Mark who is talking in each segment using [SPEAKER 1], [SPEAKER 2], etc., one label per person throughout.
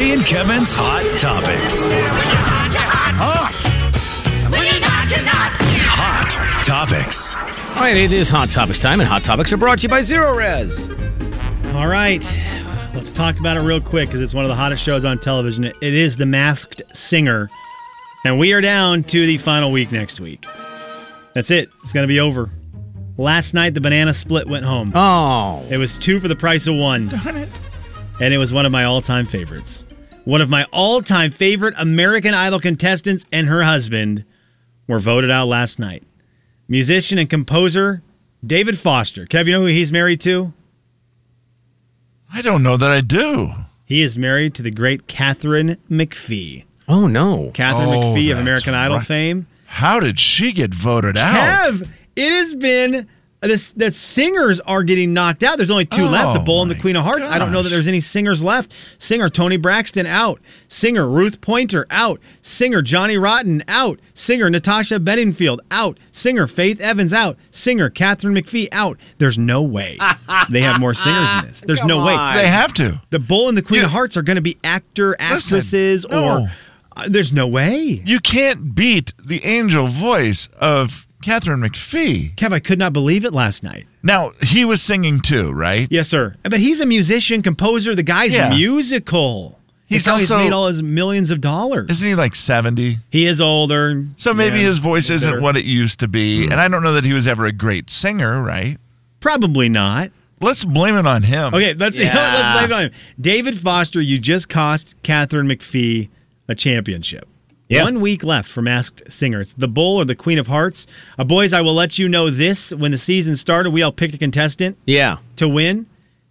[SPEAKER 1] and Kevin's Hot Topics. Hot Topics.
[SPEAKER 2] All right, it is Hot Topics time, and Hot Topics are brought to you by Zero Res.
[SPEAKER 3] All right. Let's talk about it real quick because it's one of the hottest shows on television. It is The Masked Singer. And we are down to the final week next week. That's it. It's going to be over. Last night, the banana split went home.
[SPEAKER 2] Oh,
[SPEAKER 3] It was two for the price of one. And it was one of my all time favorites. One of my all time favorite American Idol contestants and her husband were voted out last night. Musician and composer David Foster. Kev, you know who he's married to?
[SPEAKER 4] I don't know that I do.
[SPEAKER 3] He is married to the great Catherine McPhee.
[SPEAKER 2] oh no.
[SPEAKER 3] Catherine
[SPEAKER 4] Oh,
[SPEAKER 3] McPhee of
[SPEAKER 4] that's
[SPEAKER 3] American Idol
[SPEAKER 4] right.
[SPEAKER 3] fame.
[SPEAKER 4] How did she get voted out?
[SPEAKER 3] Kev, it has been this the singers are getting knocked out. There's only two
[SPEAKER 4] Oh,
[SPEAKER 3] left, the Bull and the
[SPEAKER 4] my
[SPEAKER 3] Queen of Hearts. I don't know that
[SPEAKER 4] gosh.
[SPEAKER 3] there's any singers left. Singer Tony Braxton out. Singer Ruth Pointer out. Singer Johnny Rotten out. Singer Natasha Bedingfield out. Singer Faith Evans out. Singer Catherine McPhee out. There's no way they have more singers than this. There's no
[SPEAKER 2] Come
[SPEAKER 3] way.
[SPEAKER 2] on.
[SPEAKER 4] They have to.
[SPEAKER 3] The Bull and the Queen of Hearts are going to be actor,
[SPEAKER 4] Listen,
[SPEAKER 3] actresses,
[SPEAKER 4] no.
[SPEAKER 3] or uh, there's no way.
[SPEAKER 4] You can't beat the angel voice of Catherine McPhee.
[SPEAKER 3] Kev, I could not believe it last night.
[SPEAKER 4] Now, he was singing too, right?
[SPEAKER 3] Yes, sir. But he's a musician, composer. The guy's
[SPEAKER 4] Yeah.
[SPEAKER 3] musical. He's
[SPEAKER 4] He's
[SPEAKER 3] how he's
[SPEAKER 4] also-
[SPEAKER 3] made all his millions of dollars.
[SPEAKER 4] Isn't he like 70?
[SPEAKER 3] he is older.
[SPEAKER 4] So maybe
[SPEAKER 3] Yeah, Mm-hmm.
[SPEAKER 4] his voice
[SPEAKER 3] he's
[SPEAKER 4] isn't
[SPEAKER 3] better.
[SPEAKER 4] what it used to be. And I don't know that he was ever a great singer, right?
[SPEAKER 3] Probably not.
[SPEAKER 4] Let's blame it on him.
[SPEAKER 3] Okay, let's
[SPEAKER 2] Yeah.
[SPEAKER 3] let's blame it on him. David Foster, you just cost Catherine McPhee a championship.
[SPEAKER 2] Yeah.
[SPEAKER 3] One week left for Masked Singer. It's the Bull or the Queen of Hearts. Uh, boys, I will let you know this. When the season started, we all picked a contestant.
[SPEAKER 2] Yeah.
[SPEAKER 3] to win.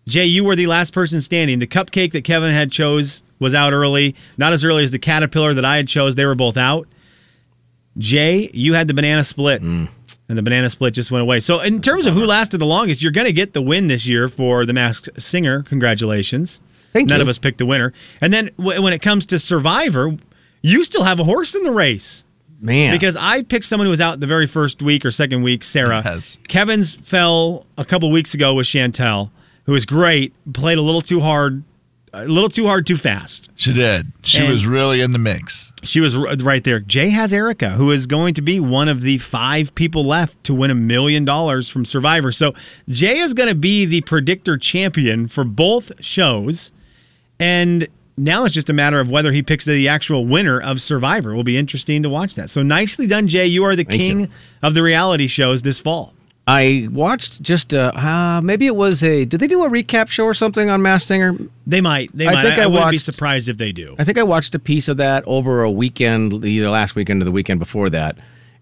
[SPEAKER 3] Jay, you were the last person standing. The cupcake that Kevin had chose was out early, not as early as the caterpillar that I had chose. They were both out. Jay, you had the banana split,
[SPEAKER 2] Mm.
[SPEAKER 3] and the banana split just went away. So, in terms of who lasted the longest, you're going to get the win this year for the Masked Singer. Congratulations!
[SPEAKER 2] Thank
[SPEAKER 3] None
[SPEAKER 2] you.
[SPEAKER 3] of us picked the winner. And then w- when it comes to Survivor, you still have a horse in the race.
[SPEAKER 2] Man.
[SPEAKER 3] Because I picked someone who was out the very first week or second week, Sarah.
[SPEAKER 4] Yes.
[SPEAKER 3] Kevin's fell a couple weeks ago with Chantel, who was great, played a little too hard, a little too hard, too fast.
[SPEAKER 4] She did. She
[SPEAKER 3] And-
[SPEAKER 4] was really in the mix.
[SPEAKER 3] She was r- right there. Jay has Erica, who is going to be one of the five people left to win a million dollars from Survivor. So Jay is going to be the predictor champion for both shows. And now it's just a matter of whether he picks the actual winner of Survivor. Will be interesting to watch that. So nicely done, Jay. You are the king
[SPEAKER 2] you.
[SPEAKER 3] of the reality shows this fall.
[SPEAKER 2] I watched just uh, uh maybe it was a did they do a recap show or something on Mass Singer?
[SPEAKER 3] They might. They
[SPEAKER 2] I
[SPEAKER 3] might.
[SPEAKER 2] think I
[SPEAKER 3] wouldn't be
[SPEAKER 2] watched-
[SPEAKER 3] surprised if they do.
[SPEAKER 2] I think I watched a piece of that over a weekend, either last weekend or the weekend before that,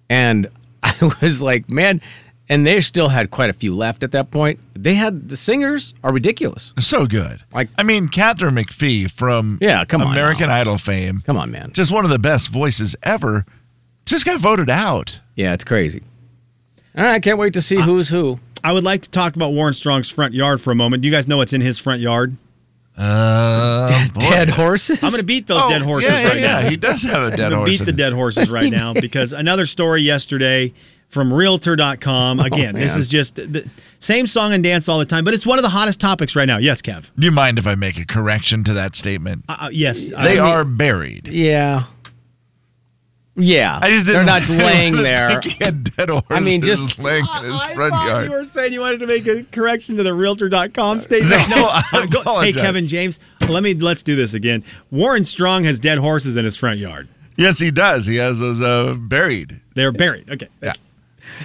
[SPEAKER 2] and I was like, man, and they still had quite a few left at that point. They had the singers are ridiculous.
[SPEAKER 4] So good.
[SPEAKER 2] Like-
[SPEAKER 4] I mean, Catherine McPhee from
[SPEAKER 2] Yeah, come on
[SPEAKER 4] American
[SPEAKER 2] now.
[SPEAKER 4] Idol fame.
[SPEAKER 2] Come on, man.
[SPEAKER 4] Just one of the best voices ever. Just got voted out.
[SPEAKER 2] Yeah, it's crazy. All right, I can't wait to see who's who.
[SPEAKER 3] I would like to talk about Warren Strong's front yard for a moment. Do you guys know what's in his front yard?
[SPEAKER 2] Oh,
[SPEAKER 4] Uh, boy.
[SPEAKER 2] Dead horses.
[SPEAKER 3] I'm going to beat those
[SPEAKER 4] Oh,
[SPEAKER 3] dead horses
[SPEAKER 4] yeah, yeah,
[SPEAKER 3] right now.
[SPEAKER 4] Yeah, he does have a dead
[SPEAKER 3] I'm gonna
[SPEAKER 4] horse.
[SPEAKER 3] beat the
[SPEAKER 4] in-
[SPEAKER 3] dead horses right now because another story yesterday from
[SPEAKER 4] Oh,
[SPEAKER 3] realtor.com. Again, this
[SPEAKER 2] man.
[SPEAKER 3] is just the same song and dance all the time, but it's one of the hottest topics right now. Yes, Kev.
[SPEAKER 4] Do you mind if I make a correction to that statement?
[SPEAKER 3] Uh, yes. I-
[SPEAKER 4] they are buried.
[SPEAKER 2] Yeah. Yeah.
[SPEAKER 4] I just didn't.
[SPEAKER 2] They're not laying
[SPEAKER 4] I
[SPEAKER 2] there.
[SPEAKER 4] think he had dead horses.
[SPEAKER 2] I mean, just-
[SPEAKER 4] laying in his
[SPEAKER 3] I
[SPEAKER 4] front
[SPEAKER 3] thought
[SPEAKER 4] yard.
[SPEAKER 3] you were saying you wanted to make a correction to the realtor.com statement.
[SPEAKER 4] No, I
[SPEAKER 3] Uh, go- hey,
[SPEAKER 4] apologize.
[SPEAKER 3] Kevin James, let me let's do this again. Warren Strong has dead horses in his front yard.
[SPEAKER 4] Yes, he does. He has those uh, buried.
[SPEAKER 3] They're buried. Okay.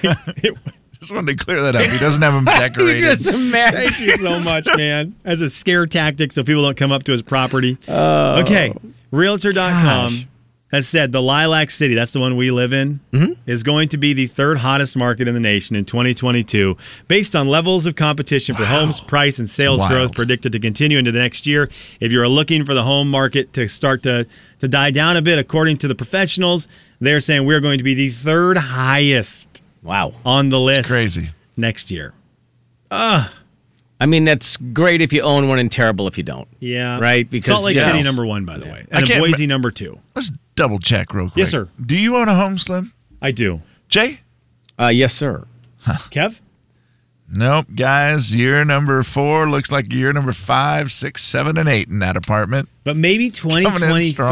[SPEAKER 4] Yeah. Just wanted to clear that up. He doesn't have them
[SPEAKER 2] you
[SPEAKER 4] decorated.
[SPEAKER 2] just imagine.
[SPEAKER 3] Thank you so much, man. That's a scare tactic so people don't come up to his property.
[SPEAKER 4] Oh.
[SPEAKER 3] okay. Realtor.com
[SPEAKER 2] Gosh.
[SPEAKER 3] has said the Lilac City, that's the one we live in,
[SPEAKER 4] Mm-hmm.
[SPEAKER 3] is going to be the third hottest market in the nation in 2022 based on levels of competition for homes, price, and sales
[SPEAKER 4] Wild.
[SPEAKER 3] growth predicted to continue into the next year. If you're looking for the home market to start to, to die down a bit, according to the professionals, they're saying we're going to be the third highest
[SPEAKER 2] Wow.
[SPEAKER 3] on the list
[SPEAKER 4] crazy.
[SPEAKER 3] next year.
[SPEAKER 2] I mean, that's great if you own one and terrible if you don't.
[SPEAKER 3] Yeah.
[SPEAKER 2] Right? Because
[SPEAKER 3] Salt Lake
[SPEAKER 2] yes.
[SPEAKER 3] City number one, by the way,
[SPEAKER 4] I
[SPEAKER 3] and
[SPEAKER 4] can't
[SPEAKER 3] Boise number two.
[SPEAKER 4] Let's double check real quick.
[SPEAKER 3] Yes, sir.
[SPEAKER 4] Do you own a home, Slim?
[SPEAKER 3] I do.
[SPEAKER 4] Jay?
[SPEAKER 2] Uh, yes, sir.
[SPEAKER 3] Kev,
[SPEAKER 4] Nope, guys. Year number four looks like year number five, six, seven, and eight in that apartment.
[SPEAKER 3] But maybe
[SPEAKER 4] in strong.
[SPEAKER 3] 2023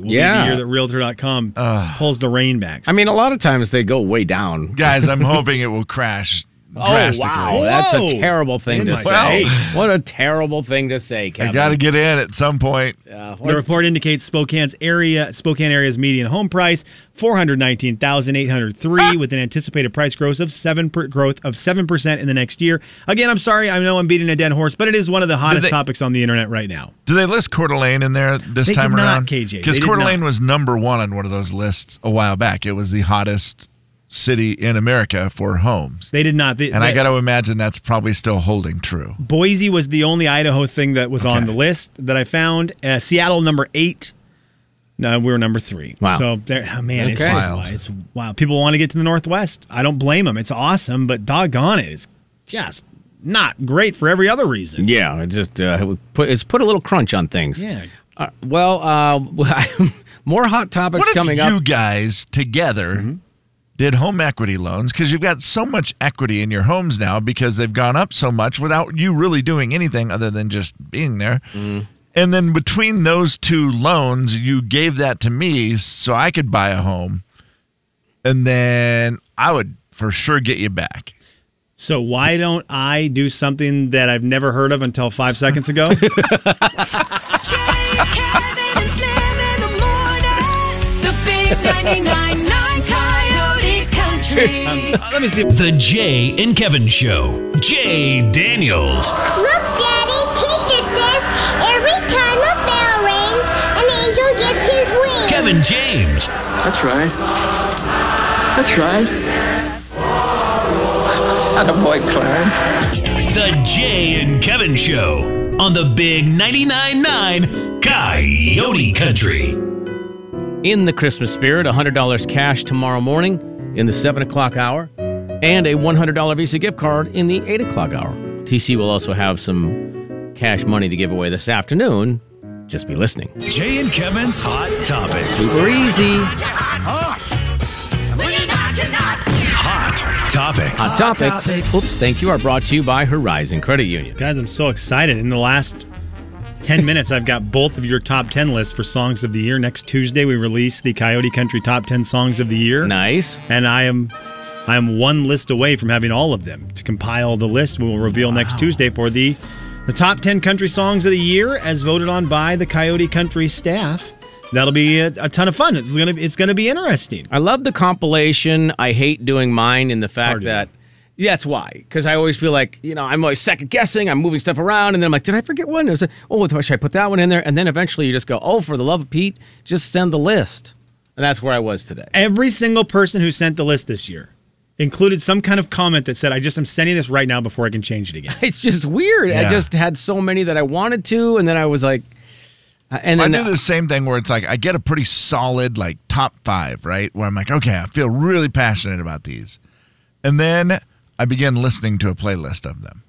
[SPEAKER 3] will be
[SPEAKER 2] Yeah.
[SPEAKER 3] the year that Realtor.com pulls the rein back.
[SPEAKER 2] I mean, a lot of times they go way down.
[SPEAKER 4] Guys, I'm hoping it will crash drastically.
[SPEAKER 2] Oh, that's a
[SPEAKER 3] Whoa.
[SPEAKER 2] terrible thing to
[SPEAKER 3] Goodness
[SPEAKER 2] say.
[SPEAKER 4] sakes.
[SPEAKER 2] What a terrible thing to say, Kevin.
[SPEAKER 4] I got to get in at some point.
[SPEAKER 2] Yeah, what-
[SPEAKER 3] the report indicates Spokane's area Spokane area's median home price 419,803 with an anticipated price growth of 7 per, growth of 7% in the next year. Again, I'm sorry, I know I'm beating a dead horse, but it is one of the hottest
[SPEAKER 4] they-
[SPEAKER 3] topics on the internet right now.
[SPEAKER 4] Do they list Coeur d'Alene in there this
[SPEAKER 3] They did
[SPEAKER 4] time
[SPEAKER 3] not,
[SPEAKER 4] around?
[SPEAKER 3] KJ.
[SPEAKER 4] Because
[SPEAKER 3] They did
[SPEAKER 4] Coeur
[SPEAKER 3] not.
[SPEAKER 4] d'Alene was number one on one of those lists a while back. It was the hottest city in America for homes.
[SPEAKER 3] They did not. They,
[SPEAKER 4] And I
[SPEAKER 3] they-
[SPEAKER 4] got to imagine that's probably still holding true.
[SPEAKER 3] Boise was the only Idaho thing that was on the list that I found. Uh, Seattle number eight. No, we were number three.
[SPEAKER 2] Wow.
[SPEAKER 3] So there, oh, man, it's
[SPEAKER 2] Okay.
[SPEAKER 3] just
[SPEAKER 4] Wild.
[SPEAKER 3] wild. It's wild. People want to get to the Northwest. I don't blame them. It's awesome, but doggone it, it's just not great for every other reason.
[SPEAKER 2] yeah, it just uh, we put it's put a little crunch on things.
[SPEAKER 3] Yeah.
[SPEAKER 2] Uh, well, uh, more hot topics
[SPEAKER 4] What if
[SPEAKER 2] coming
[SPEAKER 4] you
[SPEAKER 2] up. Mm-hmm.
[SPEAKER 4] guys together did home equity loans? Because you've got so much equity in your homes now because they've gone up so much without you really doing anything other than just being there.
[SPEAKER 2] Mm.
[SPEAKER 4] And then between those two loans, you gave that to me so I could buy a home. And then I would for sure get you back.
[SPEAKER 3] So why don't I do something that I've never heard of until five seconds ago? Uh,
[SPEAKER 5] Jay, Kevin, and Slim in the morning. The big 999 Coyote Country.
[SPEAKER 3] Let me see.
[SPEAKER 1] The Jay and Kevin Show. Jay Daniels.
[SPEAKER 6] Look, Daddy, teacher says every time a bell rings, an angel gets his wings.
[SPEAKER 1] Kevin James.
[SPEAKER 7] That's right. That's right. Attaboy, Clarence.
[SPEAKER 1] The Jay and Kevin Show on the Big 99.9 9 Coyote Country.
[SPEAKER 2] In the Christmas spirit, $100 cash tomorrow morning in the 7 o'clock hour, and a $100 Visa gift card in the 8 o'clock hour. TC will also have some cash money to give away this afternoon. Just be listening.
[SPEAKER 1] Jay and Kevin's Hot Topics.
[SPEAKER 2] Super easy.
[SPEAKER 5] When you're not, you're not.
[SPEAKER 1] Hot Topics.
[SPEAKER 2] Hot topics. Oops, thank you. Are brought to you by Horizon Credit Union.
[SPEAKER 3] Guys, I'm so excited. In the last 10 minutes, I've got both of your top 10 lists for songs of the year. Next Tuesday, we release the Coyote Country top 10 songs of the year.
[SPEAKER 2] Nice.
[SPEAKER 3] And I am I am one list away from having all of them. To compile the list, we will reveal next Tuesday for the the top 10 country songs of the year as voted on by the Coyote Country staff. That'll be a, a ton of fun. It's going to it's going to be interesting.
[SPEAKER 2] I love the compilation. I hate doing mine in the
[SPEAKER 3] hard
[SPEAKER 2] fact
[SPEAKER 3] to
[SPEAKER 2] that yeah, that's why. Because I always feel like you know I'm always second guessing. I'm moving stuff around, and then I'm like, did I forget one? It was like, oh, should I put that one in there? And then eventually you just go, oh, for the love of Pete, just send the list. And that's where I was today.
[SPEAKER 3] every single person who sent the list this year included some kind of comment that said, I just am sending this right now before I can change it again.
[SPEAKER 2] It's just weird. I
[SPEAKER 4] Yeah.
[SPEAKER 2] just had so many that I wanted to, and then I was like, uh, and
[SPEAKER 4] I
[SPEAKER 2] then
[SPEAKER 4] do the same thing where it's like I get a pretty solid like top five, right? Where I'm like, okay, I feel really passionate about these, and then I begin listening to a playlist of them,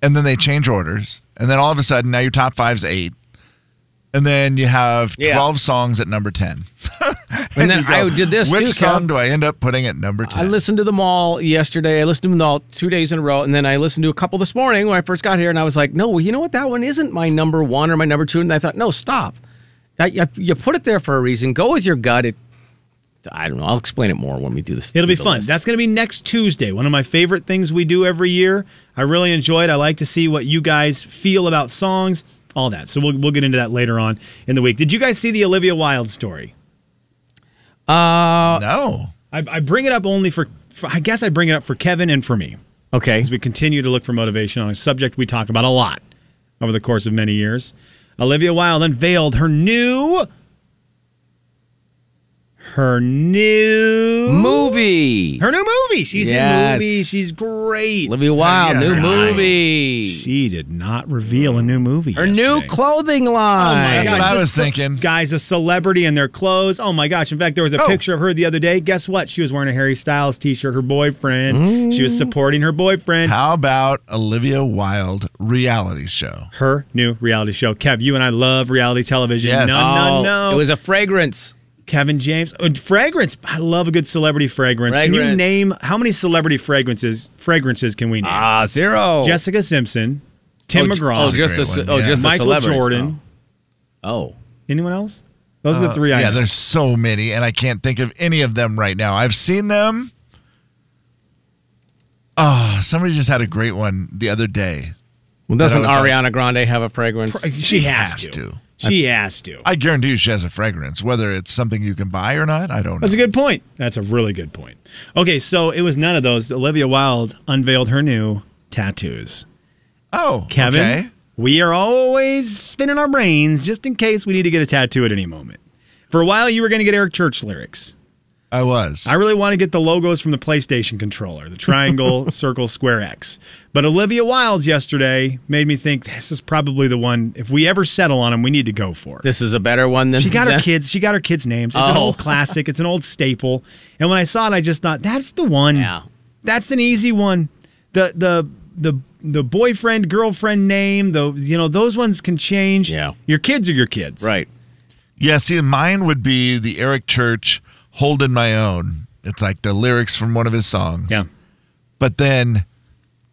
[SPEAKER 4] and then they change orders, and then all of a sudden now your top five's eight, and then you have
[SPEAKER 2] Yeah.
[SPEAKER 4] twelve songs at number ten.
[SPEAKER 2] and then
[SPEAKER 4] You go,
[SPEAKER 2] I did this
[SPEAKER 4] Which
[SPEAKER 2] too.
[SPEAKER 4] song
[SPEAKER 2] Kev.
[SPEAKER 4] do I end up putting at number ten?
[SPEAKER 2] I listened to them all yesterday. I listened to them all two days in a row, and then I listened to a couple this morning when I first got here, and I was like, "No, well, you know what? That one isn't my number one or my number two. And I thought, "No, stop. I, I, you put it there for a reason. Go with your gut." It, I don't know. I'll explain it more when we do this.
[SPEAKER 3] It'll
[SPEAKER 2] do
[SPEAKER 3] be
[SPEAKER 2] the
[SPEAKER 3] fun.
[SPEAKER 2] list.
[SPEAKER 3] That's going to be next Tuesday. One of my favorite things we do every year. I really enjoy it. I like to see what you guys feel about songs, all that. So we'll, we'll get into that later on in the week. Did you guys see the Olivia Wilde story?
[SPEAKER 4] no,
[SPEAKER 3] I, I bring it up only for, for, I guess I bring it up for Kevin and for me.
[SPEAKER 2] okay.
[SPEAKER 3] as we continue to look for motivation on a subject we talk about a lot over the course of many years. Olivia Wilde unveiled her new her new
[SPEAKER 2] Movie.
[SPEAKER 3] her new movie. She's
[SPEAKER 2] Yes.
[SPEAKER 3] in movies. She's great.
[SPEAKER 2] Olivia Wilde,
[SPEAKER 4] Yeah,
[SPEAKER 2] new
[SPEAKER 4] nice.
[SPEAKER 2] movie.
[SPEAKER 3] she did not reveal a new movie.
[SPEAKER 2] Her
[SPEAKER 3] yesterday. Oh
[SPEAKER 2] new Oh clothing line.
[SPEAKER 4] That's what
[SPEAKER 3] Guys,
[SPEAKER 4] I
[SPEAKER 3] this
[SPEAKER 4] was
[SPEAKER 3] ce-
[SPEAKER 4] thinking.
[SPEAKER 3] Guys, a celebrity in their clothes. Oh my gosh. In fact, there was a
[SPEAKER 4] Oh.
[SPEAKER 3] picture of her the other day. Guess what? She was wearing a Harry Styles t shirt, her boyfriend. She
[SPEAKER 2] Mm.
[SPEAKER 3] was supporting her boyfriend.
[SPEAKER 4] How about Olivia Wilde reality show?
[SPEAKER 3] her new reality show. Kev, you and I love reality television.
[SPEAKER 4] Yes.
[SPEAKER 3] No, no,
[SPEAKER 2] Oh,
[SPEAKER 3] no.
[SPEAKER 2] It was a fragrance.
[SPEAKER 3] Kevin James. Oh, fragrance. I love a good celebrity fragrance. Can you
[SPEAKER 2] Fragrance.
[SPEAKER 3] name how many celebrity fragrances fragrances can we name?
[SPEAKER 2] Ah, zero.
[SPEAKER 3] Jessica Simpson, Tim
[SPEAKER 2] oh, j-
[SPEAKER 3] McGraw,
[SPEAKER 2] Oh, just
[SPEAKER 4] Great
[SPEAKER 2] the
[SPEAKER 4] one,
[SPEAKER 2] oh,
[SPEAKER 4] yeah.
[SPEAKER 2] just the
[SPEAKER 3] Michael
[SPEAKER 2] celebrities.
[SPEAKER 3] Jordan.
[SPEAKER 2] Oh.
[SPEAKER 3] Anyone else? Those
[SPEAKER 2] Uh,
[SPEAKER 3] are the three I
[SPEAKER 4] yeah,
[SPEAKER 3] know.
[SPEAKER 4] there's so many, and I can't think of any of them right now. I've seen them. Oh, somebody just had a great one the other day.
[SPEAKER 2] Well, doesn't
[SPEAKER 4] That I was
[SPEAKER 2] Ariana Grande have a fragrance?
[SPEAKER 3] Uh, She has,
[SPEAKER 4] has
[SPEAKER 3] to.
[SPEAKER 4] to.
[SPEAKER 3] She has to.
[SPEAKER 4] I guarantee you she has a fragrance, whether it's something you can buy or not. I don't know.
[SPEAKER 3] That's a good point. That's a really good point. Okay, so it was none of those. Olivia Wilde unveiled her new tattoos.
[SPEAKER 4] oh,
[SPEAKER 3] Kevin,
[SPEAKER 4] okay.
[SPEAKER 3] we are always spinning our brains just in case we need to get a tattoo at any moment. For a while, you were going to get Eric Church lyrics.
[SPEAKER 4] I was.
[SPEAKER 3] I really want to get the logos from the PlayStation controller, the triangle, circle, square X. But Olivia Wilde's yesterday made me think this is probably the one. If we ever settle on them, we need to go for.
[SPEAKER 2] This is a better one than
[SPEAKER 3] She got her
[SPEAKER 2] than-
[SPEAKER 3] kids. She got her kids' names. It's an
[SPEAKER 2] Oh.
[SPEAKER 3] old classic. It's an old staple. And when I saw it, I just thought that's the one.
[SPEAKER 2] Yeah.
[SPEAKER 3] That's an easy one. The the the the boyfriend girlfriend name. The you know those ones can change.
[SPEAKER 2] Yeah.
[SPEAKER 3] Your kids are your kids.
[SPEAKER 2] Right.
[SPEAKER 4] yeah, see, mine would be the Eric Church holding my own. It's like the lyrics from one of his songs.
[SPEAKER 3] Yeah.
[SPEAKER 4] But then,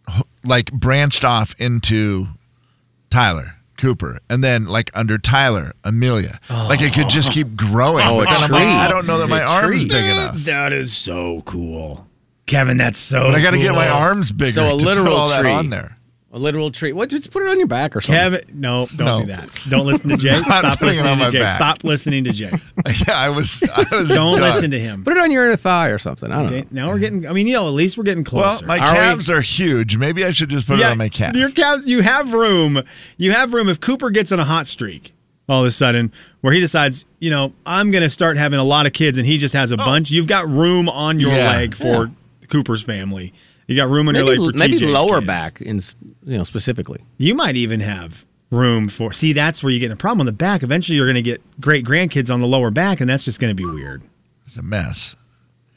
[SPEAKER 4] h- like, branched off into Tyler Cooper. And then, like, under Tyler, Amelia. Like, it could just keep growing.
[SPEAKER 2] Oh, a
[SPEAKER 4] But then I'm like,
[SPEAKER 2] tree.
[SPEAKER 4] I don't know that my arm's
[SPEAKER 2] tree.
[SPEAKER 4] big enough.
[SPEAKER 3] That is so cool, Kevin. That's so.
[SPEAKER 4] But I got to get my
[SPEAKER 3] cool.
[SPEAKER 4] arms bigger.
[SPEAKER 2] So a
[SPEAKER 4] to put
[SPEAKER 2] literal
[SPEAKER 4] all
[SPEAKER 2] tree.
[SPEAKER 4] That on there.
[SPEAKER 2] A literal tree. What? Just put it on your back or something.
[SPEAKER 3] Kevin, no, don't
[SPEAKER 4] Oh. No.
[SPEAKER 3] do that. Don't listen to Jay. Stop
[SPEAKER 4] putting it on
[SPEAKER 3] listening to
[SPEAKER 4] my
[SPEAKER 3] Jay.
[SPEAKER 4] back.
[SPEAKER 3] Stop listening to Jay.
[SPEAKER 4] Yeah, I was. I was
[SPEAKER 3] Don't
[SPEAKER 4] done.
[SPEAKER 3] listen to him.
[SPEAKER 2] Put it on your inner thigh or something. I don't
[SPEAKER 3] Okay,
[SPEAKER 2] know.
[SPEAKER 3] now we're getting. I mean, you know, at least we're getting
[SPEAKER 4] Well,
[SPEAKER 3] closer.
[SPEAKER 4] my
[SPEAKER 2] Are we-
[SPEAKER 4] calves are huge. Maybe I should just put it on my calf.
[SPEAKER 3] Your calves, you have room. You have room if Cooper gets on a hot streak all of a sudden where he decides, you know, I'm going to start having a lot of kids and he just has a bunch. You've got room on your
[SPEAKER 4] Oh. Yeah.
[SPEAKER 3] leg for Cooper's family. You got room on your
[SPEAKER 2] Maybe,
[SPEAKER 3] leg for
[SPEAKER 2] maybe
[SPEAKER 3] TJ's
[SPEAKER 2] lower
[SPEAKER 3] kids.
[SPEAKER 2] back in s- you know specifically.
[SPEAKER 3] You might even have room for. See, that's where you get a problem on the back. Eventually you're going to get great grandkids on the lower back and that's just going to be weird.
[SPEAKER 4] It's a mess.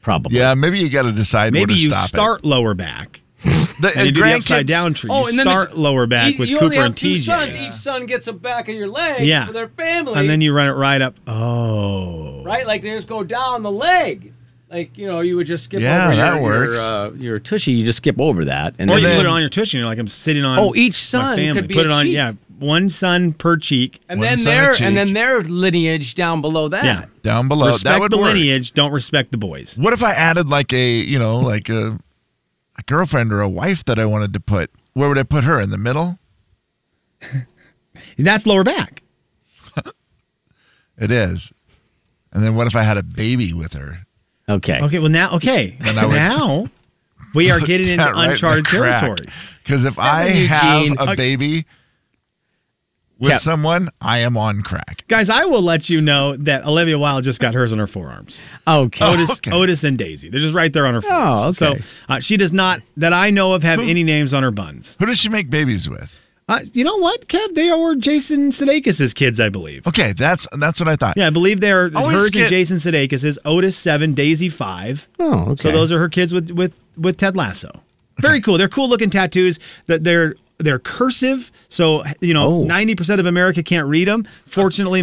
[SPEAKER 2] Probably.
[SPEAKER 4] Yeah, maybe you got to decide
[SPEAKER 3] Maybe
[SPEAKER 4] where to
[SPEAKER 3] you
[SPEAKER 4] stop
[SPEAKER 3] start lower back.
[SPEAKER 4] it. The,
[SPEAKER 3] And you do the
[SPEAKER 4] grandkids-
[SPEAKER 3] upside down tree.
[SPEAKER 2] Oh,
[SPEAKER 3] you
[SPEAKER 2] and then
[SPEAKER 3] start
[SPEAKER 2] the-
[SPEAKER 3] lower back with Cooper and TJ.
[SPEAKER 2] Each son gets a back of your leg
[SPEAKER 3] Yeah. for their
[SPEAKER 2] family.
[SPEAKER 3] And then you run it right up. Oh.
[SPEAKER 2] right? Like they just go down the leg. Like you know, you would just skip
[SPEAKER 4] Yeah,
[SPEAKER 2] over
[SPEAKER 4] that
[SPEAKER 2] your,
[SPEAKER 4] works.
[SPEAKER 2] your, uh, your tushy. You just skip over that, and
[SPEAKER 3] Or
[SPEAKER 2] then,
[SPEAKER 3] you
[SPEAKER 4] then-
[SPEAKER 3] put it on your tushy and you're like, I'm sitting on.
[SPEAKER 2] Oh, each
[SPEAKER 3] my
[SPEAKER 2] son could
[SPEAKER 3] family.
[SPEAKER 2] be
[SPEAKER 3] Put
[SPEAKER 2] a
[SPEAKER 3] it on,
[SPEAKER 2] cheek.
[SPEAKER 3] yeah, one son per cheek.
[SPEAKER 2] and
[SPEAKER 4] One
[SPEAKER 2] then
[SPEAKER 4] side
[SPEAKER 2] their
[SPEAKER 4] cheek.
[SPEAKER 2] and then their lineage down below that.
[SPEAKER 3] Yeah.
[SPEAKER 4] down below.
[SPEAKER 3] respect
[SPEAKER 4] that would
[SPEAKER 3] the
[SPEAKER 4] work.
[SPEAKER 3] lineage, don't respect the boys.
[SPEAKER 4] What if I added like a you know like a, a girlfriend or a wife that I wanted to put? Where would I put her in the middle?
[SPEAKER 3] And that's lower back.
[SPEAKER 4] It is. And then what if I had a baby with her?
[SPEAKER 2] Okay.
[SPEAKER 3] Okay, well now, okay,
[SPEAKER 4] I would-
[SPEAKER 3] now we are getting into uncharted territory.
[SPEAKER 4] Because if I
[SPEAKER 2] Kevin
[SPEAKER 4] have
[SPEAKER 2] Eugene.
[SPEAKER 4] a baby with
[SPEAKER 2] Kev-
[SPEAKER 4] someone, I am on crack.
[SPEAKER 3] Guys, I will let you know that Olivia Wilde just got hers on her forearms.
[SPEAKER 2] Okay.
[SPEAKER 3] Otis,
[SPEAKER 4] okay.
[SPEAKER 3] Otis and Daisy, they're just right there on her forearms.
[SPEAKER 2] okay.
[SPEAKER 3] So uh, she does not, that I know of, have any names on her buns.
[SPEAKER 4] Who does she make babies with?
[SPEAKER 3] Uh, you know what, Kev? They are Jason Sudeikis' kids, I believe.
[SPEAKER 4] Okay, that's that's what I thought.
[SPEAKER 3] Yeah, I believe they are
[SPEAKER 4] Always
[SPEAKER 3] hers and
[SPEAKER 4] get-
[SPEAKER 3] Jason Sudeikis' Otis seven, Daisy five.
[SPEAKER 2] Oh, okay.
[SPEAKER 3] So those are her kids with with with Ted Lasso. Very cool. They're cool looking tattoos. That they're they're cursive. So you know,
[SPEAKER 2] Oh.
[SPEAKER 3] ninety percent of America can't read them. Fortunately,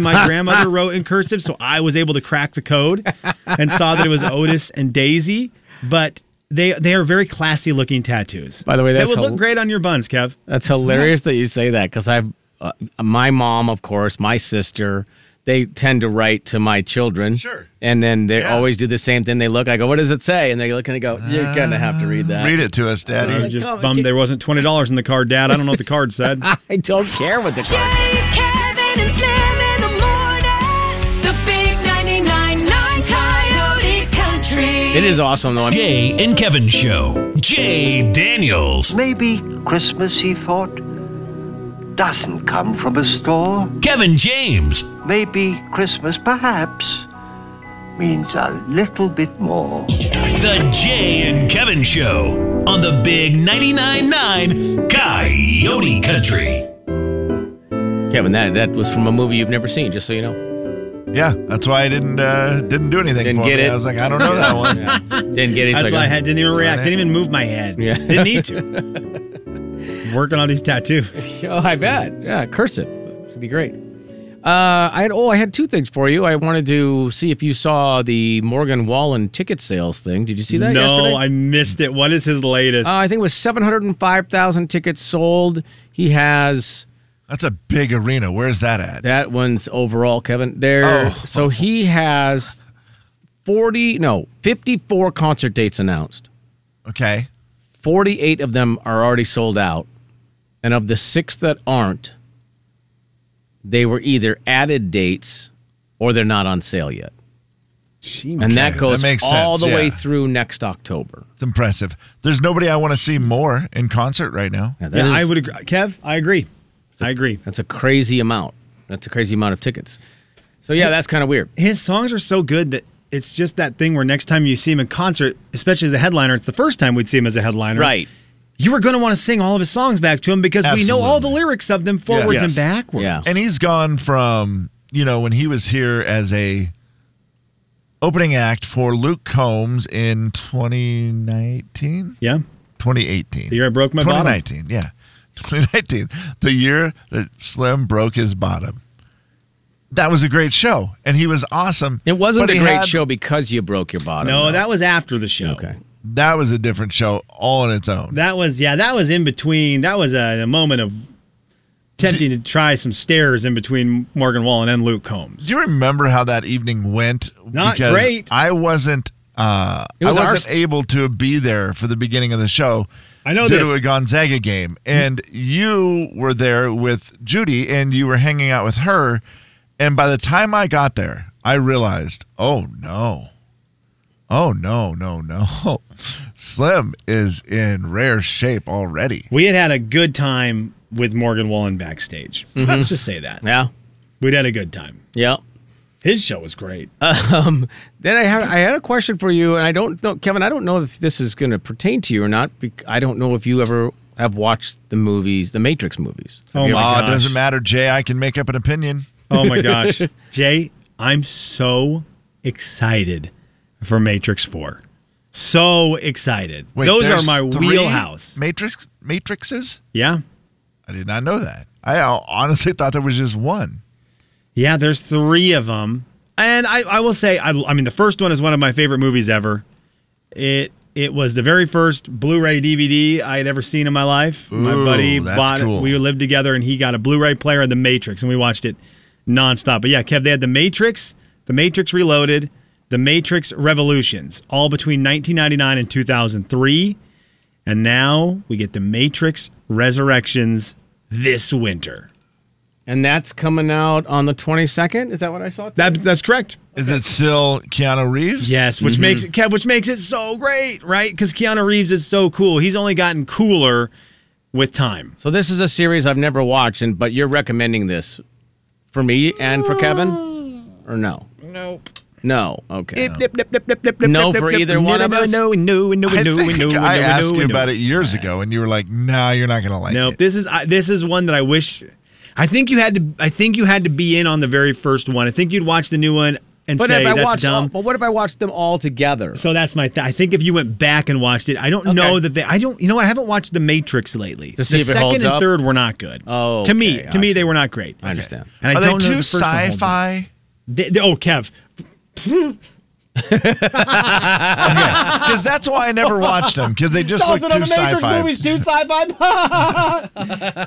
[SPEAKER 3] my grandmother wrote in cursive, so I was able to crack the code and saw that it was Otis and Daisy. But they they are very classy looking tattoos.
[SPEAKER 2] By the way, that's
[SPEAKER 3] that would
[SPEAKER 2] hel-
[SPEAKER 3] look great on your buns, Kev.
[SPEAKER 2] That's hilarious that you say that because I've uh, my mom, of course, my sister. They tend to write to my children.
[SPEAKER 4] Sure.
[SPEAKER 2] And then they
[SPEAKER 4] Yeah.
[SPEAKER 2] always do the same thing. They look. I go, "What does it say?" And they look and they go, "You're gonna have to read that."
[SPEAKER 4] Read it to us,
[SPEAKER 3] I
[SPEAKER 4] Daddy.
[SPEAKER 3] was "Oh, just
[SPEAKER 2] come-
[SPEAKER 3] bummed there wasn't twenty dollars in the card, Dad. I don't know what the card said.
[SPEAKER 2] I don't care what the
[SPEAKER 5] Jay, Kevin, and Slim in the morning. The big 99.9 Coyote Country.
[SPEAKER 2] It is awesome though. I mean,
[SPEAKER 1] Jay and Kevin Show. Jay Daniels.
[SPEAKER 8] Maybe Christmas, he thought, doesn't come from a store.
[SPEAKER 1] Kevin James.
[SPEAKER 8] Maybe Christmas, perhaps, means a little bit more.
[SPEAKER 1] The Jay and Kevin Show on the Big 99.9 9 Coyote Country.
[SPEAKER 2] Kevin, that that was from a movie you've never seen. Just so you know,
[SPEAKER 4] Yeah, that's why I didn't uh, didn't do anything.
[SPEAKER 2] Didn't
[SPEAKER 4] for
[SPEAKER 2] get
[SPEAKER 4] me.
[SPEAKER 2] it.
[SPEAKER 4] I was like, I don't know that one.
[SPEAKER 2] didn't get it. He's
[SPEAKER 3] That's
[SPEAKER 2] like,
[SPEAKER 3] why I had, didn't even react.
[SPEAKER 4] it.
[SPEAKER 3] Didn't even move my head.
[SPEAKER 2] Yeah.
[SPEAKER 3] Didn't need to. Working on these tattoos.
[SPEAKER 2] Oh, I bet. Yeah, cursive. It'd be great. Uh, I had oh, I had two things for you. I wanted to see if you saw the Morgan Wallen ticket sales thing. Did you see that
[SPEAKER 3] no,
[SPEAKER 2] yesterday?
[SPEAKER 3] I missed it. What is his latest?
[SPEAKER 2] Uh, I think it was 705,000 tickets sold. He has
[SPEAKER 4] That's a big arena. Where's that at?
[SPEAKER 2] that one's overall, Kevin. There.
[SPEAKER 4] Oh.
[SPEAKER 2] So he has 40, no, 54 concert dates announced.
[SPEAKER 4] Okay.
[SPEAKER 2] 48 of them are already sold out. And of the six that aren't, they were either added dates or they're not on sale yet. And that
[SPEAKER 4] Okay,
[SPEAKER 2] goes
[SPEAKER 4] that makes
[SPEAKER 2] all
[SPEAKER 4] sense,
[SPEAKER 2] the way
[SPEAKER 4] yeah.
[SPEAKER 2] through next October.
[SPEAKER 4] It's impressive. There's nobody I want to see more in concert right now.
[SPEAKER 2] Now, that
[SPEAKER 3] yeah,
[SPEAKER 2] is-
[SPEAKER 3] I would agree. Kev, I agree. I agree.
[SPEAKER 2] That's a crazy amount. That's a crazy amount of tickets. So yeah, that's kind of weird.
[SPEAKER 3] His songs are so good that it's just that thing where next time you see him in concert, especially as a headliner, it's the first time we'd see him as a headliner.
[SPEAKER 2] Right.
[SPEAKER 3] You were going to want to sing all of his songs back to him because we know all the
[SPEAKER 4] Absolutely.
[SPEAKER 3] lyrics of them forwards and
[SPEAKER 4] Yes.
[SPEAKER 3] backwards.
[SPEAKER 2] Yeah.
[SPEAKER 4] And he's gone from, you know, when he was here as a opening act for Luke Combs in 2019,
[SPEAKER 3] Yeah.
[SPEAKER 4] 2018.
[SPEAKER 3] The year I broke my bottom.
[SPEAKER 4] 2019, yeah. 2019, the year that Slim broke his bottom. That was a great show, and he was awesome.
[SPEAKER 2] It wasn't
[SPEAKER 4] but
[SPEAKER 2] a
[SPEAKER 4] he
[SPEAKER 2] great
[SPEAKER 4] had-
[SPEAKER 2] show because you broke your bottom.
[SPEAKER 3] No,
[SPEAKER 2] though.
[SPEAKER 3] that was after the show.
[SPEAKER 2] okay.
[SPEAKER 4] That was a different show all on its own.
[SPEAKER 3] That was yeah. That was in between. That was a, a moment of tempting to try some stairs in between Morgan Wallen and Luke Combs.
[SPEAKER 4] Do you remember how that evening went?
[SPEAKER 3] Not
[SPEAKER 4] because
[SPEAKER 3] great.
[SPEAKER 4] I wasn't. Uh,
[SPEAKER 2] It was
[SPEAKER 4] I
[SPEAKER 2] our-
[SPEAKER 4] wasn't able to be there for the beginning of the show.
[SPEAKER 3] I know
[SPEAKER 4] due
[SPEAKER 3] this.
[SPEAKER 4] to a Gonzaga game, and you were there with Judy, and you were hanging out with her. And by the time I got there, I realized, oh no, oh no, no, no, Slim is in rare shape already.
[SPEAKER 3] we had had a good time with Morgan Wallen backstage.
[SPEAKER 4] Mm-hmm.
[SPEAKER 3] Let's just say that
[SPEAKER 2] Yeah.
[SPEAKER 3] we'd had a good time.
[SPEAKER 2] Yeah.
[SPEAKER 3] His show was great.
[SPEAKER 4] Uh,
[SPEAKER 2] Then I had I had a question for you, and I don't know, Kevin. I don't know if this is going to pertain to you or not. bec I don't know if you ever have watched the movies, the Matrix movies.
[SPEAKER 3] oh my
[SPEAKER 4] Ah,
[SPEAKER 3] gosh!
[SPEAKER 4] doesn't matter, Jay. I can make up an opinion.
[SPEAKER 3] oh my gosh, Jay, I'm so excited for Matrix Four. So excited.
[SPEAKER 4] Wait,
[SPEAKER 3] Those are
[SPEAKER 4] there's
[SPEAKER 3] my
[SPEAKER 4] three
[SPEAKER 3] wheelhouse.
[SPEAKER 4] Matrix matrixes.
[SPEAKER 3] yeah.
[SPEAKER 4] I did not know that. I honestly thought there was just one.
[SPEAKER 3] Yeah, there's three of them, and I, I will say, I, I mean, the first one is one of my favorite movies ever. It it was the very first Blu-ray DVD I had ever seen in my life. my
[SPEAKER 4] Ooh,
[SPEAKER 3] buddy
[SPEAKER 4] that's
[SPEAKER 3] bought
[SPEAKER 4] cool.
[SPEAKER 3] it. We lived together, and he got a Blu-ray player and The Matrix, and we watched it nonstop. But yeah, Kev, they had The Matrix, The Matrix Reloaded, The Matrix Revolutions, all between 1999 and 2003, and now we get The Matrix Resurrections this winter.
[SPEAKER 2] And that's coming out on the twenty second. Is that what I saw?
[SPEAKER 3] That that's correct.
[SPEAKER 4] Is it still Keanu Reeves?
[SPEAKER 3] Yes,
[SPEAKER 2] Mm-hmm.
[SPEAKER 3] which makes it Kev, which makes it so great, right? Because Keanu Reeves is so cool. He's only gotten cooler with time.
[SPEAKER 2] So this is a series I've never watched, and but you're recommending this for me and for Kevin, or no?
[SPEAKER 3] Nope.
[SPEAKER 2] No. Okay.
[SPEAKER 3] No
[SPEAKER 2] for either one of us?
[SPEAKER 3] No, no, no, no,
[SPEAKER 4] I,
[SPEAKER 3] no, no,
[SPEAKER 4] think
[SPEAKER 3] no, no.
[SPEAKER 4] I asked
[SPEAKER 3] no,
[SPEAKER 4] you
[SPEAKER 3] no.
[SPEAKER 4] about it years ago, and you were like, "Nah, you're not gonna like
[SPEAKER 3] Nope.
[SPEAKER 4] it."
[SPEAKER 3] This is I, this is one that I wish. I think you had to. I think you had to be in on the very first one. I think you'd watch the new one and
[SPEAKER 2] But
[SPEAKER 3] say
[SPEAKER 2] if I
[SPEAKER 3] that's
[SPEAKER 2] watched,
[SPEAKER 3] dumb.
[SPEAKER 2] all, but what if I watched them all together?
[SPEAKER 3] So that's my. Th- I think if you went back and watched it, I don't know that they. I don't. You know, what? I haven't watched The Matrix lately.
[SPEAKER 2] To see
[SPEAKER 3] the
[SPEAKER 2] if it
[SPEAKER 3] second
[SPEAKER 2] holds
[SPEAKER 3] and
[SPEAKER 2] up?
[SPEAKER 3] third were not good.
[SPEAKER 2] Oh,
[SPEAKER 3] to me,
[SPEAKER 2] okay.
[SPEAKER 3] to
[SPEAKER 2] I
[SPEAKER 3] me,
[SPEAKER 2] see.
[SPEAKER 3] they were not great.
[SPEAKER 2] I understand.
[SPEAKER 3] And I
[SPEAKER 4] Are
[SPEAKER 3] don't
[SPEAKER 4] they
[SPEAKER 3] know
[SPEAKER 4] too
[SPEAKER 3] the first one holds up.
[SPEAKER 4] sci-fi?
[SPEAKER 3] They- they- oh, Kev,
[SPEAKER 4] Because that's why I never watched them. Because they just look too sci-fi.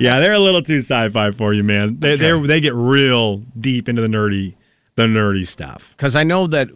[SPEAKER 3] yeah, they're a little too sci-fi for you, man. They they they get real deep into the nerdy, the nerdy stuff.
[SPEAKER 2] Because I know that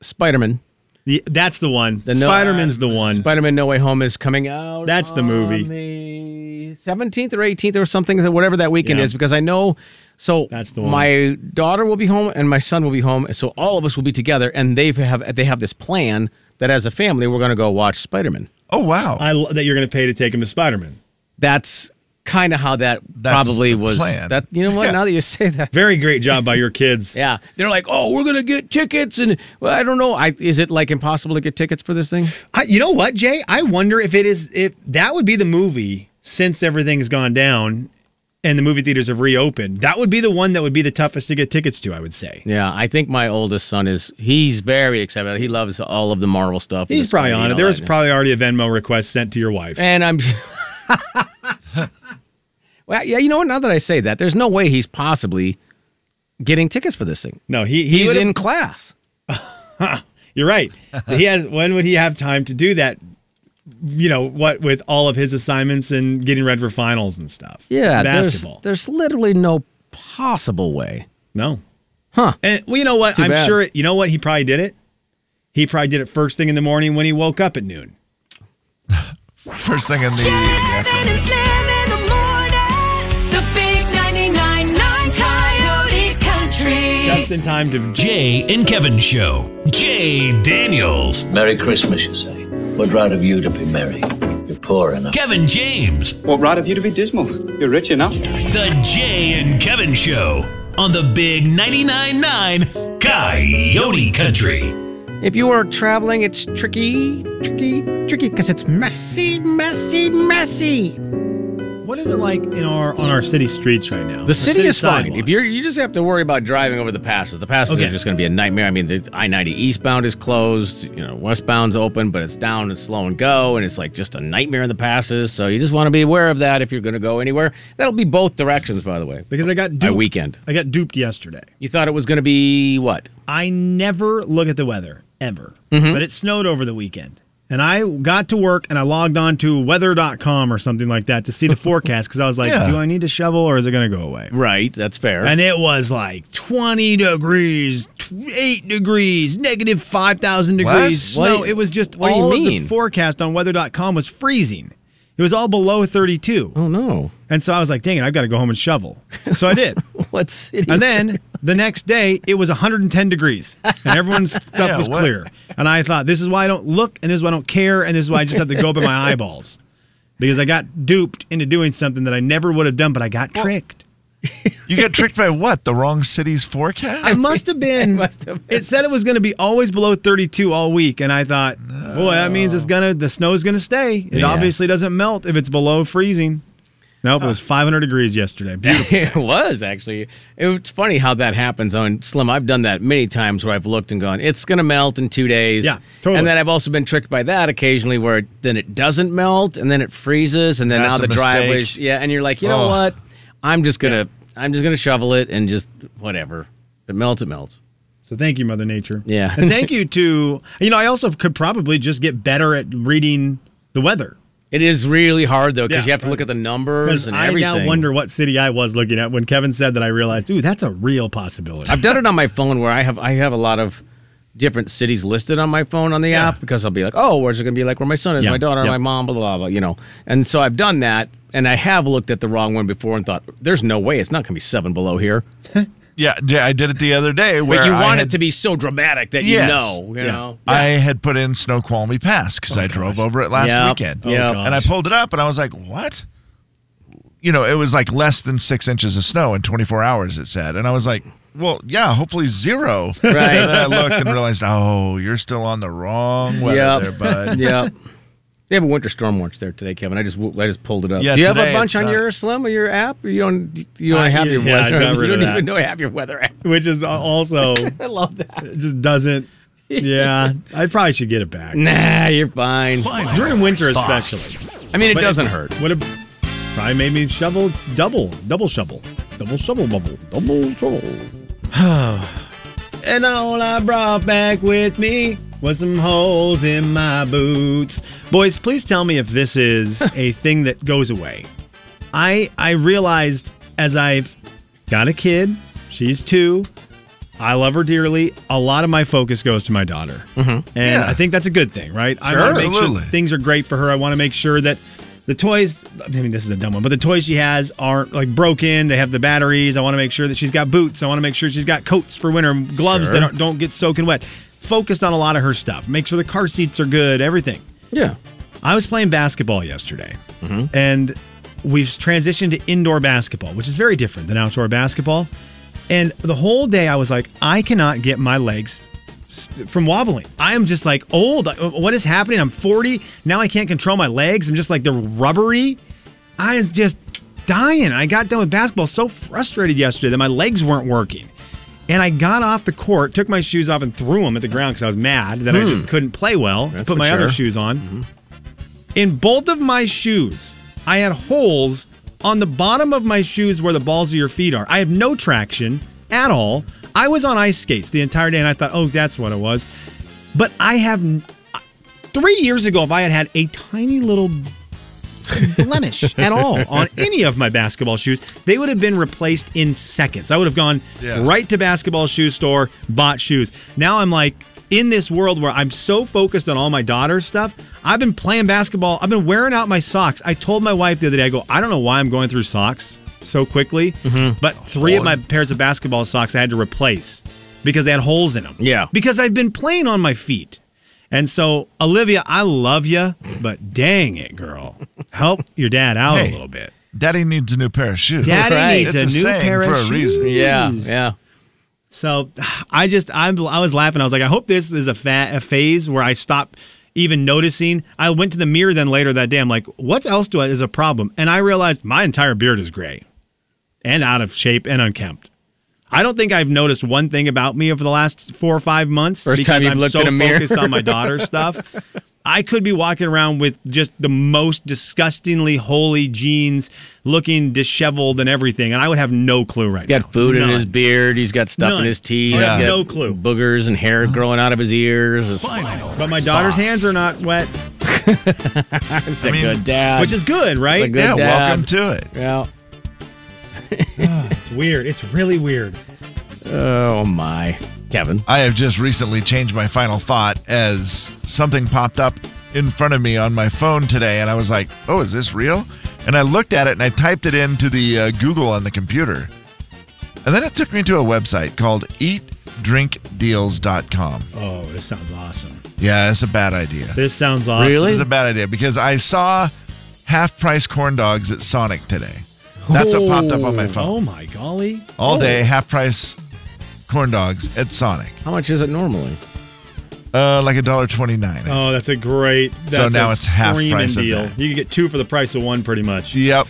[SPEAKER 2] Spider Man,
[SPEAKER 3] The- that's the uh, one.
[SPEAKER 2] The no-
[SPEAKER 3] Spider-Man's the one.
[SPEAKER 2] Spider Man No Way Home is coming out.
[SPEAKER 3] Mm-hmm. That's the movie.
[SPEAKER 2] Seventeenth or eighteenth or something, whatever that weekend
[SPEAKER 3] Yeah.
[SPEAKER 2] is, because I know. So
[SPEAKER 3] That's the one.
[SPEAKER 2] my daughter will be home and my son will be home, so all of us will be together, and they have they have this plan that as a family we're going to go watch Spider Man.
[SPEAKER 4] oh wow,
[SPEAKER 3] I lo- that you're gonna pay to take him to Spider-Man.
[SPEAKER 2] That's kind of how that
[SPEAKER 4] That's
[SPEAKER 2] probably
[SPEAKER 4] the
[SPEAKER 2] was.
[SPEAKER 4] plan.
[SPEAKER 2] That you know what? Now that you say that,
[SPEAKER 3] Very great job by your kids.
[SPEAKER 2] Yeah, they're like, oh, we're gonna get tickets, and well, I don't know. I, is it like impossible to get tickets for this thing?
[SPEAKER 3] I, you know what, Jay? I wonder if it is if that would be the movie since everything's gone down and the movie theaters have reopened. That would be the one that would be the toughest to get tickets to. I would say
[SPEAKER 2] Yeah, I think my oldest son is. He's very excited. He loves all of the Marvel stuff.
[SPEAKER 3] he's probably on it. Eh. There was probably already a Venmo request sent to your wife.
[SPEAKER 2] and I'm. well, yeah, you know what? Now that I say that, there's no way he's possibly getting tickets for this thing.
[SPEAKER 3] No, he, he
[SPEAKER 2] He's
[SPEAKER 3] would've-
[SPEAKER 2] in class.
[SPEAKER 3] You're right. He has. When would he have time to do that? You know what? With all of his assignments and getting ready for finals and stuff.
[SPEAKER 2] Yeah, there's,
[SPEAKER 3] basketball.
[SPEAKER 2] there's literally no possible way.
[SPEAKER 3] no.
[SPEAKER 2] Huh.
[SPEAKER 3] And well, you know what?
[SPEAKER 2] Too
[SPEAKER 3] I'm
[SPEAKER 2] bad.
[SPEAKER 3] sure. It, you know what? He probably did it. He probably did it first thing in the morning when he woke up at noon.
[SPEAKER 4] First thing in the
[SPEAKER 5] Kevin and Slim in the morning. The big 99.9 Coyote Country.
[SPEAKER 3] Just in time to
[SPEAKER 1] Jay and Kevin Show. Jay Daniels,
[SPEAKER 9] Merry Christmas, you say. What right have you to be merry? You're poor enough.
[SPEAKER 1] Kevin James,
[SPEAKER 10] What right have you to be dismal? You're rich enough.
[SPEAKER 1] the Jay and Kevin Show on the Big 99.9 Coyote Country.
[SPEAKER 2] If you are traveling, it's tricky, tricky, tricky because it's messy, messy, messy.
[SPEAKER 3] What is it like in our on our city streets right now?
[SPEAKER 2] The city is fine. If you're, you just have to worry about driving over the passes. The passes
[SPEAKER 3] Okay.
[SPEAKER 2] are just going to be a nightmare. I mean, the I-90 eastbound is closed. You know, westbound's open, but it's down and slow and go, and it's like just a nightmare in the passes. So you just want to be aware of that if you're going to go anywhere. That'll be both directions, by the way.
[SPEAKER 3] because I got
[SPEAKER 2] By
[SPEAKER 3] duped.
[SPEAKER 2] weekend,
[SPEAKER 3] I got duped yesterday.
[SPEAKER 2] you thought it was going to be what?
[SPEAKER 3] I never look at the weather ever,
[SPEAKER 2] Mm-hmm.
[SPEAKER 3] but it snowed over the weekend. And I got to work and I logged on to weather.com or something like that to see the forecast because I was like,
[SPEAKER 4] Yeah.
[SPEAKER 3] do I need to shovel or is it going to go away?
[SPEAKER 2] Right, that's fair.
[SPEAKER 3] And it was like 20 degrees, tw- 8 degrees, negative 5,000
[SPEAKER 4] What?
[SPEAKER 3] degrees. Snow.
[SPEAKER 2] What?
[SPEAKER 3] It was just
[SPEAKER 2] What do you
[SPEAKER 3] all of the
[SPEAKER 2] mean?
[SPEAKER 3] forecast on weather.com was freezing. It was all below 32.
[SPEAKER 2] oh no,
[SPEAKER 3] And so I was like, dang it, I've got to go home and shovel. So I did.
[SPEAKER 2] what city?
[SPEAKER 3] And then the next day, it was 110 degrees, and everyone's stuff
[SPEAKER 4] Yeah,
[SPEAKER 3] was
[SPEAKER 4] what?
[SPEAKER 3] clear. And I thought, this is why I don't look, and this is why I don't care, and this is why I just have to go by my eyeballs, because I got duped into doing something that I never would have done, but I got tricked.
[SPEAKER 4] You got tricked by what? The wrong city's forecast?
[SPEAKER 3] I must have been.
[SPEAKER 2] must have been.
[SPEAKER 3] It said it was going to be always below 32 all week, and I thought, boy, that means it's gonna the snow's gonna stay. It
[SPEAKER 2] Yeah.
[SPEAKER 3] obviously doesn't melt if it's below freezing. Nope, it was 500 degrees yesterday. Beautiful.
[SPEAKER 2] it was actually. It's funny how that happens on Slim. I've done that many times where I've looked and gone, it's going to melt in two days.
[SPEAKER 3] Yeah, totally.
[SPEAKER 2] And then I've also been tricked by that occasionally where it, then it doesn't melt and then it freezes and then
[SPEAKER 4] That's
[SPEAKER 2] now
[SPEAKER 4] a
[SPEAKER 2] the driveways.
[SPEAKER 4] mistake.
[SPEAKER 2] Yeah. And you're like, you know
[SPEAKER 4] Oh.
[SPEAKER 2] what? I'm just going to, I'm just going to shovel it and just whatever. If it melts, it melts.
[SPEAKER 3] So thank you, Mother Nature.
[SPEAKER 2] Yeah.
[SPEAKER 3] And thank you to you know, I also could probably just get better at reading the weather.
[SPEAKER 2] It is really hard though because
[SPEAKER 3] Yeah,
[SPEAKER 2] you have to look at the numbers
[SPEAKER 3] Because
[SPEAKER 2] and
[SPEAKER 3] I
[SPEAKER 2] everything.
[SPEAKER 3] now wonder what city I was looking at when Kevin said that I realized, ooh, that's a real possibility.
[SPEAKER 2] I've done it on my phone where I have I have a lot of different cities listed on my phone on the app because I'll be like, oh, where's it going to be like where my son is,
[SPEAKER 3] Yeah,
[SPEAKER 2] my daughter,
[SPEAKER 3] yeah.
[SPEAKER 2] my mom, blah, blah, blah, you know. And so I've done that. And I have looked at the wrong one before and thought, there's no way it's not going to be seven below here.
[SPEAKER 4] yeah, yeah, I did it the other day. Where
[SPEAKER 2] But you
[SPEAKER 4] I
[SPEAKER 2] want
[SPEAKER 4] had-
[SPEAKER 2] it to be so dramatic that
[SPEAKER 4] Yes.
[SPEAKER 2] you know, you
[SPEAKER 3] Yeah.
[SPEAKER 2] know.
[SPEAKER 4] I had put in Snoqualmie Pass because I drove over it last
[SPEAKER 2] Oh, Yep,
[SPEAKER 4] weekend.
[SPEAKER 2] yep.
[SPEAKER 3] Oh,
[SPEAKER 4] And I pulled it up and I was like, what? You know, it was like less than six inches of snow in 24 hours, it said. And I was like, well, yeah, hopefully zero. Right. And then I looked and realized, oh, you're still on the wrong weather
[SPEAKER 2] Yep.
[SPEAKER 4] there, bud.
[SPEAKER 2] yeah. They have a winter storm watch there today, Kevin. I just wo- I just pulled it up.
[SPEAKER 4] Yeah,
[SPEAKER 2] Do you have a
[SPEAKER 4] today
[SPEAKER 2] bunch
[SPEAKER 4] it's
[SPEAKER 2] on
[SPEAKER 4] not-
[SPEAKER 2] your Slim or your app? You don't you don't
[SPEAKER 3] Uh,
[SPEAKER 2] have your
[SPEAKER 3] yeah, I
[SPEAKER 2] weather.
[SPEAKER 3] got rid
[SPEAKER 2] you
[SPEAKER 3] of
[SPEAKER 2] don't
[SPEAKER 3] that.
[SPEAKER 2] even know I have your weather app.
[SPEAKER 3] Which is al- also
[SPEAKER 2] I love that.
[SPEAKER 3] just doesn't Yeah. I probably should get it back.
[SPEAKER 2] Nah, you're fine.
[SPEAKER 3] During winter especially.
[SPEAKER 2] I mean, it
[SPEAKER 3] But
[SPEAKER 2] doesn't hurt.
[SPEAKER 3] What a probably made me shovel double, double shovel. Double shovel bubble. Double shovel. and all I brought back with me was some holes in my boots. Boys, please tell me if this is a thing that goes away. I I realized as I've got a kid, she's two. I love her dearly. A lot of my focus goes to my daughter, and
[SPEAKER 4] Mm-hmm. Yeah.
[SPEAKER 3] I think that's a good thing, right? I
[SPEAKER 4] Sure.
[SPEAKER 3] want to make sure
[SPEAKER 4] Absolutely.
[SPEAKER 3] that things are great for her. I want to make sure that the toys. I mean, this is a dumb one, but the toys she has aren't like broken. They have the batteries. I want to make sure that she's got boots. I want to make sure she's got coats for winter, and gloves
[SPEAKER 2] Sure.
[SPEAKER 3] that aren't- don't get soaking wet. Focused on a lot of her stuff. Make sure the car seats are good. Everything.
[SPEAKER 2] Yeah.
[SPEAKER 3] I was playing basketball yesterday, and we've transitioned to indoor basketball, which is very different than outdoor basketball. And the whole day, I was like, I cannot get my legs st- from wobbling. I am just like old. What is happening? I'm 40 now. I can't control my legs. I'm just like they're rubbery. I was just dying. I got done with basketball so frustrated yesterday that my legs weren't working. And I got off the court, took my shoes off, and threw them at the ground because I was mad that I just couldn't play well. put my other
[SPEAKER 2] mature.
[SPEAKER 3] shoes on. In both of my shoes, I had holes on the bottom of my shoes where the balls of your feet are. I have no traction. at all. I was on ice skates the entire day and I thought, oh, that's what it was. But I have n- three years ago, if I had had a tiny little blemish at all on any of my basketball shoes, they would have been replaced in seconds. I would have gone
[SPEAKER 4] Yeah.
[SPEAKER 3] right to basketball shoe store, bought shoes. Now I'm like in this world where I'm so focused on all my daughter's stuff. I've been playing basketball. I've been wearing out my socks. I told my wife the other day, I go, I don't know why I'm going through socks so quickly, but three of my pairs of basketball socks I had to replace because they had holes in them.
[SPEAKER 2] Yeah.
[SPEAKER 3] Because I've been playing on my feet. And so, Olivia, I love you, but dang it, girl. Help your dad out
[SPEAKER 4] Hey.
[SPEAKER 3] a little bit.
[SPEAKER 4] Daddy needs a new pair of shoes.
[SPEAKER 3] Daddy
[SPEAKER 2] Right.
[SPEAKER 3] needs
[SPEAKER 4] It's a
[SPEAKER 3] a new
[SPEAKER 4] saying
[SPEAKER 3] pair
[SPEAKER 4] for
[SPEAKER 3] of
[SPEAKER 4] a reason.
[SPEAKER 3] shoes.
[SPEAKER 2] Yeah, yeah.
[SPEAKER 3] So I just I'm I was laughing. I was like, I hope this is a, fa- a phase where I stop even noticing. I went to the mirror then later that day. I'm like, what else do I is a problem? And I realized my entire beard is gray, and out of shape and unkempt. I don't think I've noticed one thing about me over the last four or five months
[SPEAKER 2] First
[SPEAKER 3] because
[SPEAKER 2] time you've
[SPEAKER 3] I'm
[SPEAKER 2] looked
[SPEAKER 3] so
[SPEAKER 2] in a mirror.
[SPEAKER 3] focused on my daughter's stuff. I could be walking around with just the most disgustingly holy jeans, looking disheveled and everything, and I would have no clue right
[SPEAKER 2] He's
[SPEAKER 3] now.
[SPEAKER 2] got food in
[SPEAKER 3] None.
[SPEAKER 2] his beard. He's got stuff
[SPEAKER 3] None.
[SPEAKER 2] in his teeth.
[SPEAKER 3] I have
[SPEAKER 2] He's got
[SPEAKER 3] no clue.
[SPEAKER 2] Boogers and hair growing out of his ears. It's-
[SPEAKER 3] But my daughter's hands are not wet,
[SPEAKER 2] It's a good dad.
[SPEAKER 3] which is good, right?
[SPEAKER 2] It's a good
[SPEAKER 4] Yeah,
[SPEAKER 2] dad.
[SPEAKER 4] welcome to it.
[SPEAKER 2] Yeah.
[SPEAKER 3] It's weird. It's really weird.
[SPEAKER 2] Oh my, Kevin.
[SPEAKER 4] I have just recently changed my final thought as something popped up in front of me on my phone today, and I was like, "Oh, is this real?" And I looked at it and I typed it into the uh, Google on the computer, and then it took me to a website called EatDrinkDeals.com.
[SPEAKER 3] Oh, this sounds awesome.
[SPEAKER 4] Yeah, it's a bad idea.
[SPEAKER 3] This sounds awesome.
[SPEAKER 2] Really?
[SPEAKER 4] This is a bad idea because I saw half-price corn dogs at Sonic today. That's what popped up on my
[SPEAKER 3] Oh
[SPEAKER 4] phone
[SPEAKER 3] my golly.
[SPEAKER 4] all day. Half-price corn dogs at Sonic,
[SPEAKER 2] How much is it normally?
[SPEAKER 4] uh, like a dollar twenty-nine.
[SPEAKER 3] Oh, that's a great. That's
[SPEAKER 4] So now
[SPEAKER 3] a
[SPEAKER 4] it's half
[SPEAKER 3] screaming
[SPEAKER 4] price of
[SPEAKER 3] deal.
[SPEAKER 4] that.
[SPEAKER 3] You can get two for the price of one, pretty much.
[SPEAKER 4] Yep.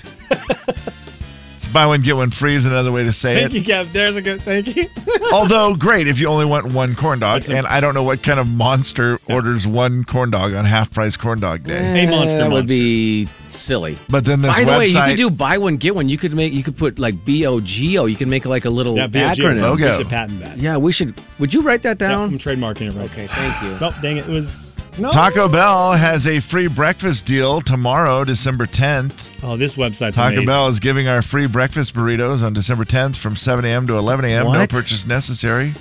[SPEAKER 4] it's buy one get one free is another way to say
[SPEAKER 3] Thank
[SPEAKER 4] it.
[SPEAKER 3] you, Kev. There's a good. Thank you.
[SPEAKER 2] Uh,
[SPEAKER 4] Although great if you only want one corn dog,
[SPEAKER 3] That's a-
[SPEAKER 4] and I don't know what kind of monster orders one corn dog on half price corn dog day.
[SPEAKER 3] Hey, monster,
[SPEAKER 2] Eh, That would
[SPEAKER 3] monster.
[SPEAKER 2] be silly.
[SPEAKER 4] But then this
[SPEAKER 2] By the
[SPEAKER 4] website,
[SPEAKER 2] way, you could do buy one get one. You could make you could put like B O G O. You could make like a little
[SPEAKER 3] That BLG
[SPEAKER 2] acronym.
[SPEAKER 4] logo.
[SPEAKER 3] We should patent that.
[SPEAKER 2] Yeah, we should. Would you write that
[SPEAKER 3] Yep,
[SPEAKER 2] down?
[SPEAKER 3] I'm trademarking it right.
[SPEAKER 2] Okay, thank you.
[SPEAKER 3] Oh, dang it. It was. No.
[SPEAKER 4] Taco Bell has a free breakfast deal tomorrow, December 10th.
[SPEAKER 3] Oh, this website's
[SPEAKER 4] Taco
[SPEAKER 3] amazing.
[SPEAKER 4] Bell is giving our free breakfast burritos on December 10th from 7 a.m. to 11 a.m.
[SPEAKER 3] What?
[SPEAKER 4] No purchase necessary.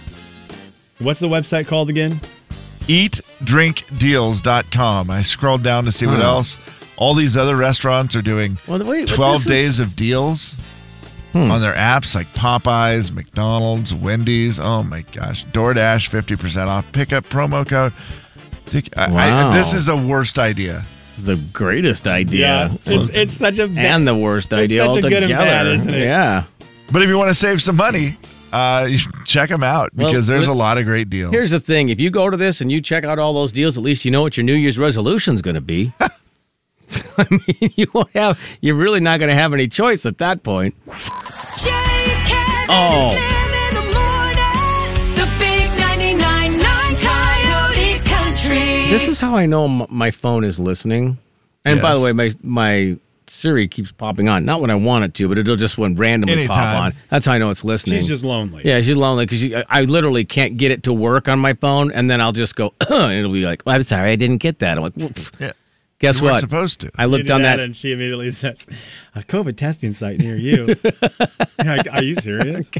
[SPEAKER 3] What's the website called again?
[SPEAKER 4] EatDrinkDeals.com. I scrolled down to see
[SPEAKER 3] Hmm.
[SPEAKER 4] what else. All these other restaurants are doing
[SPEAKER 2] Well, wait, but
[SPEAKER 4] 12
[SPEAKER 2] this is-
[SPEAKER 4] days of deals
[SPEAKER 2] Hmm.
[SPEAKER 4] on their apps like Popeyes, McDonald's, Wendy's. Oh my gosh. DoorDash, 50% off. Pickup promo code. Dick- I- I-
[SPEAKER 2] Wow.
[SPEAKER 4] this is the worst idea.
[SPEAKER 2] This is the greatest idea.
[SPEAKER 3] It's, it's such a.
[SPEAKER 2] and the worst
[SPEAKER 3] It's
[SPEAKER 2] idea
[SPEAKER 3] such a
[SPEAKER 2] altogether.
[SPEAKER 3] good and bad, isn't it?
[SPEAKER 2] Yeah.
[SPEAKER 4] But if you want to save some money, uh, you should check them out
[SPEAKER 2] Well,
[SPEAKER 4] because there's
[SPEAKER 2] let-
[SPEAKER 4] a lot of great deals.
[SPEAKER 2] Here's the thing: if you go to this and you check out all those deals, at least you know what your New Year's resolution's going to be. I mean, you won't have. You're really not going to have any choice at that point.
[SPEAKER 5] Jay, Kevin,
[SPEAKER 2] Oh.
[SPEAKER 5] and Slim in the morning. The big 99.9 Coyote Country.
[SPEAKER 2] This is how I know m- my phone is listening. And by the
[SPEAKER 4] Yes.
[SPEAKER 2] way, my my Siri keeps popping on. Not when I want it to, but it'll just when randomly pop
[SPEAKER 4] Anytime.
[SPEAKER 2] on. That's how I know it's listening.
[SPEAKER 3] She's just lonely.
[SPEAKER 2] yeah, she's lonely because I, I literally can't get it to work on my phone, and then I'll just go. and it'll be like, "I'm sorry, I didn't get that." I'm like, "Well, pff,
[SPEAKER 4] Yeah.
[SPEAKER 2] "Guess
[SPEAKER 4] You weren't
[SPEAKER 2] what?"
[SPEAKER 4] supposed to.
[SPEAKER 2] I
[SPEAKER 3] You
[SPEAKER 2] looked
[SPEAKER 3] do
[SPEAKER 2] on that.
[SPEAKER 3] and she immediately says, "A COVID testing site near you." Like, Are you serious?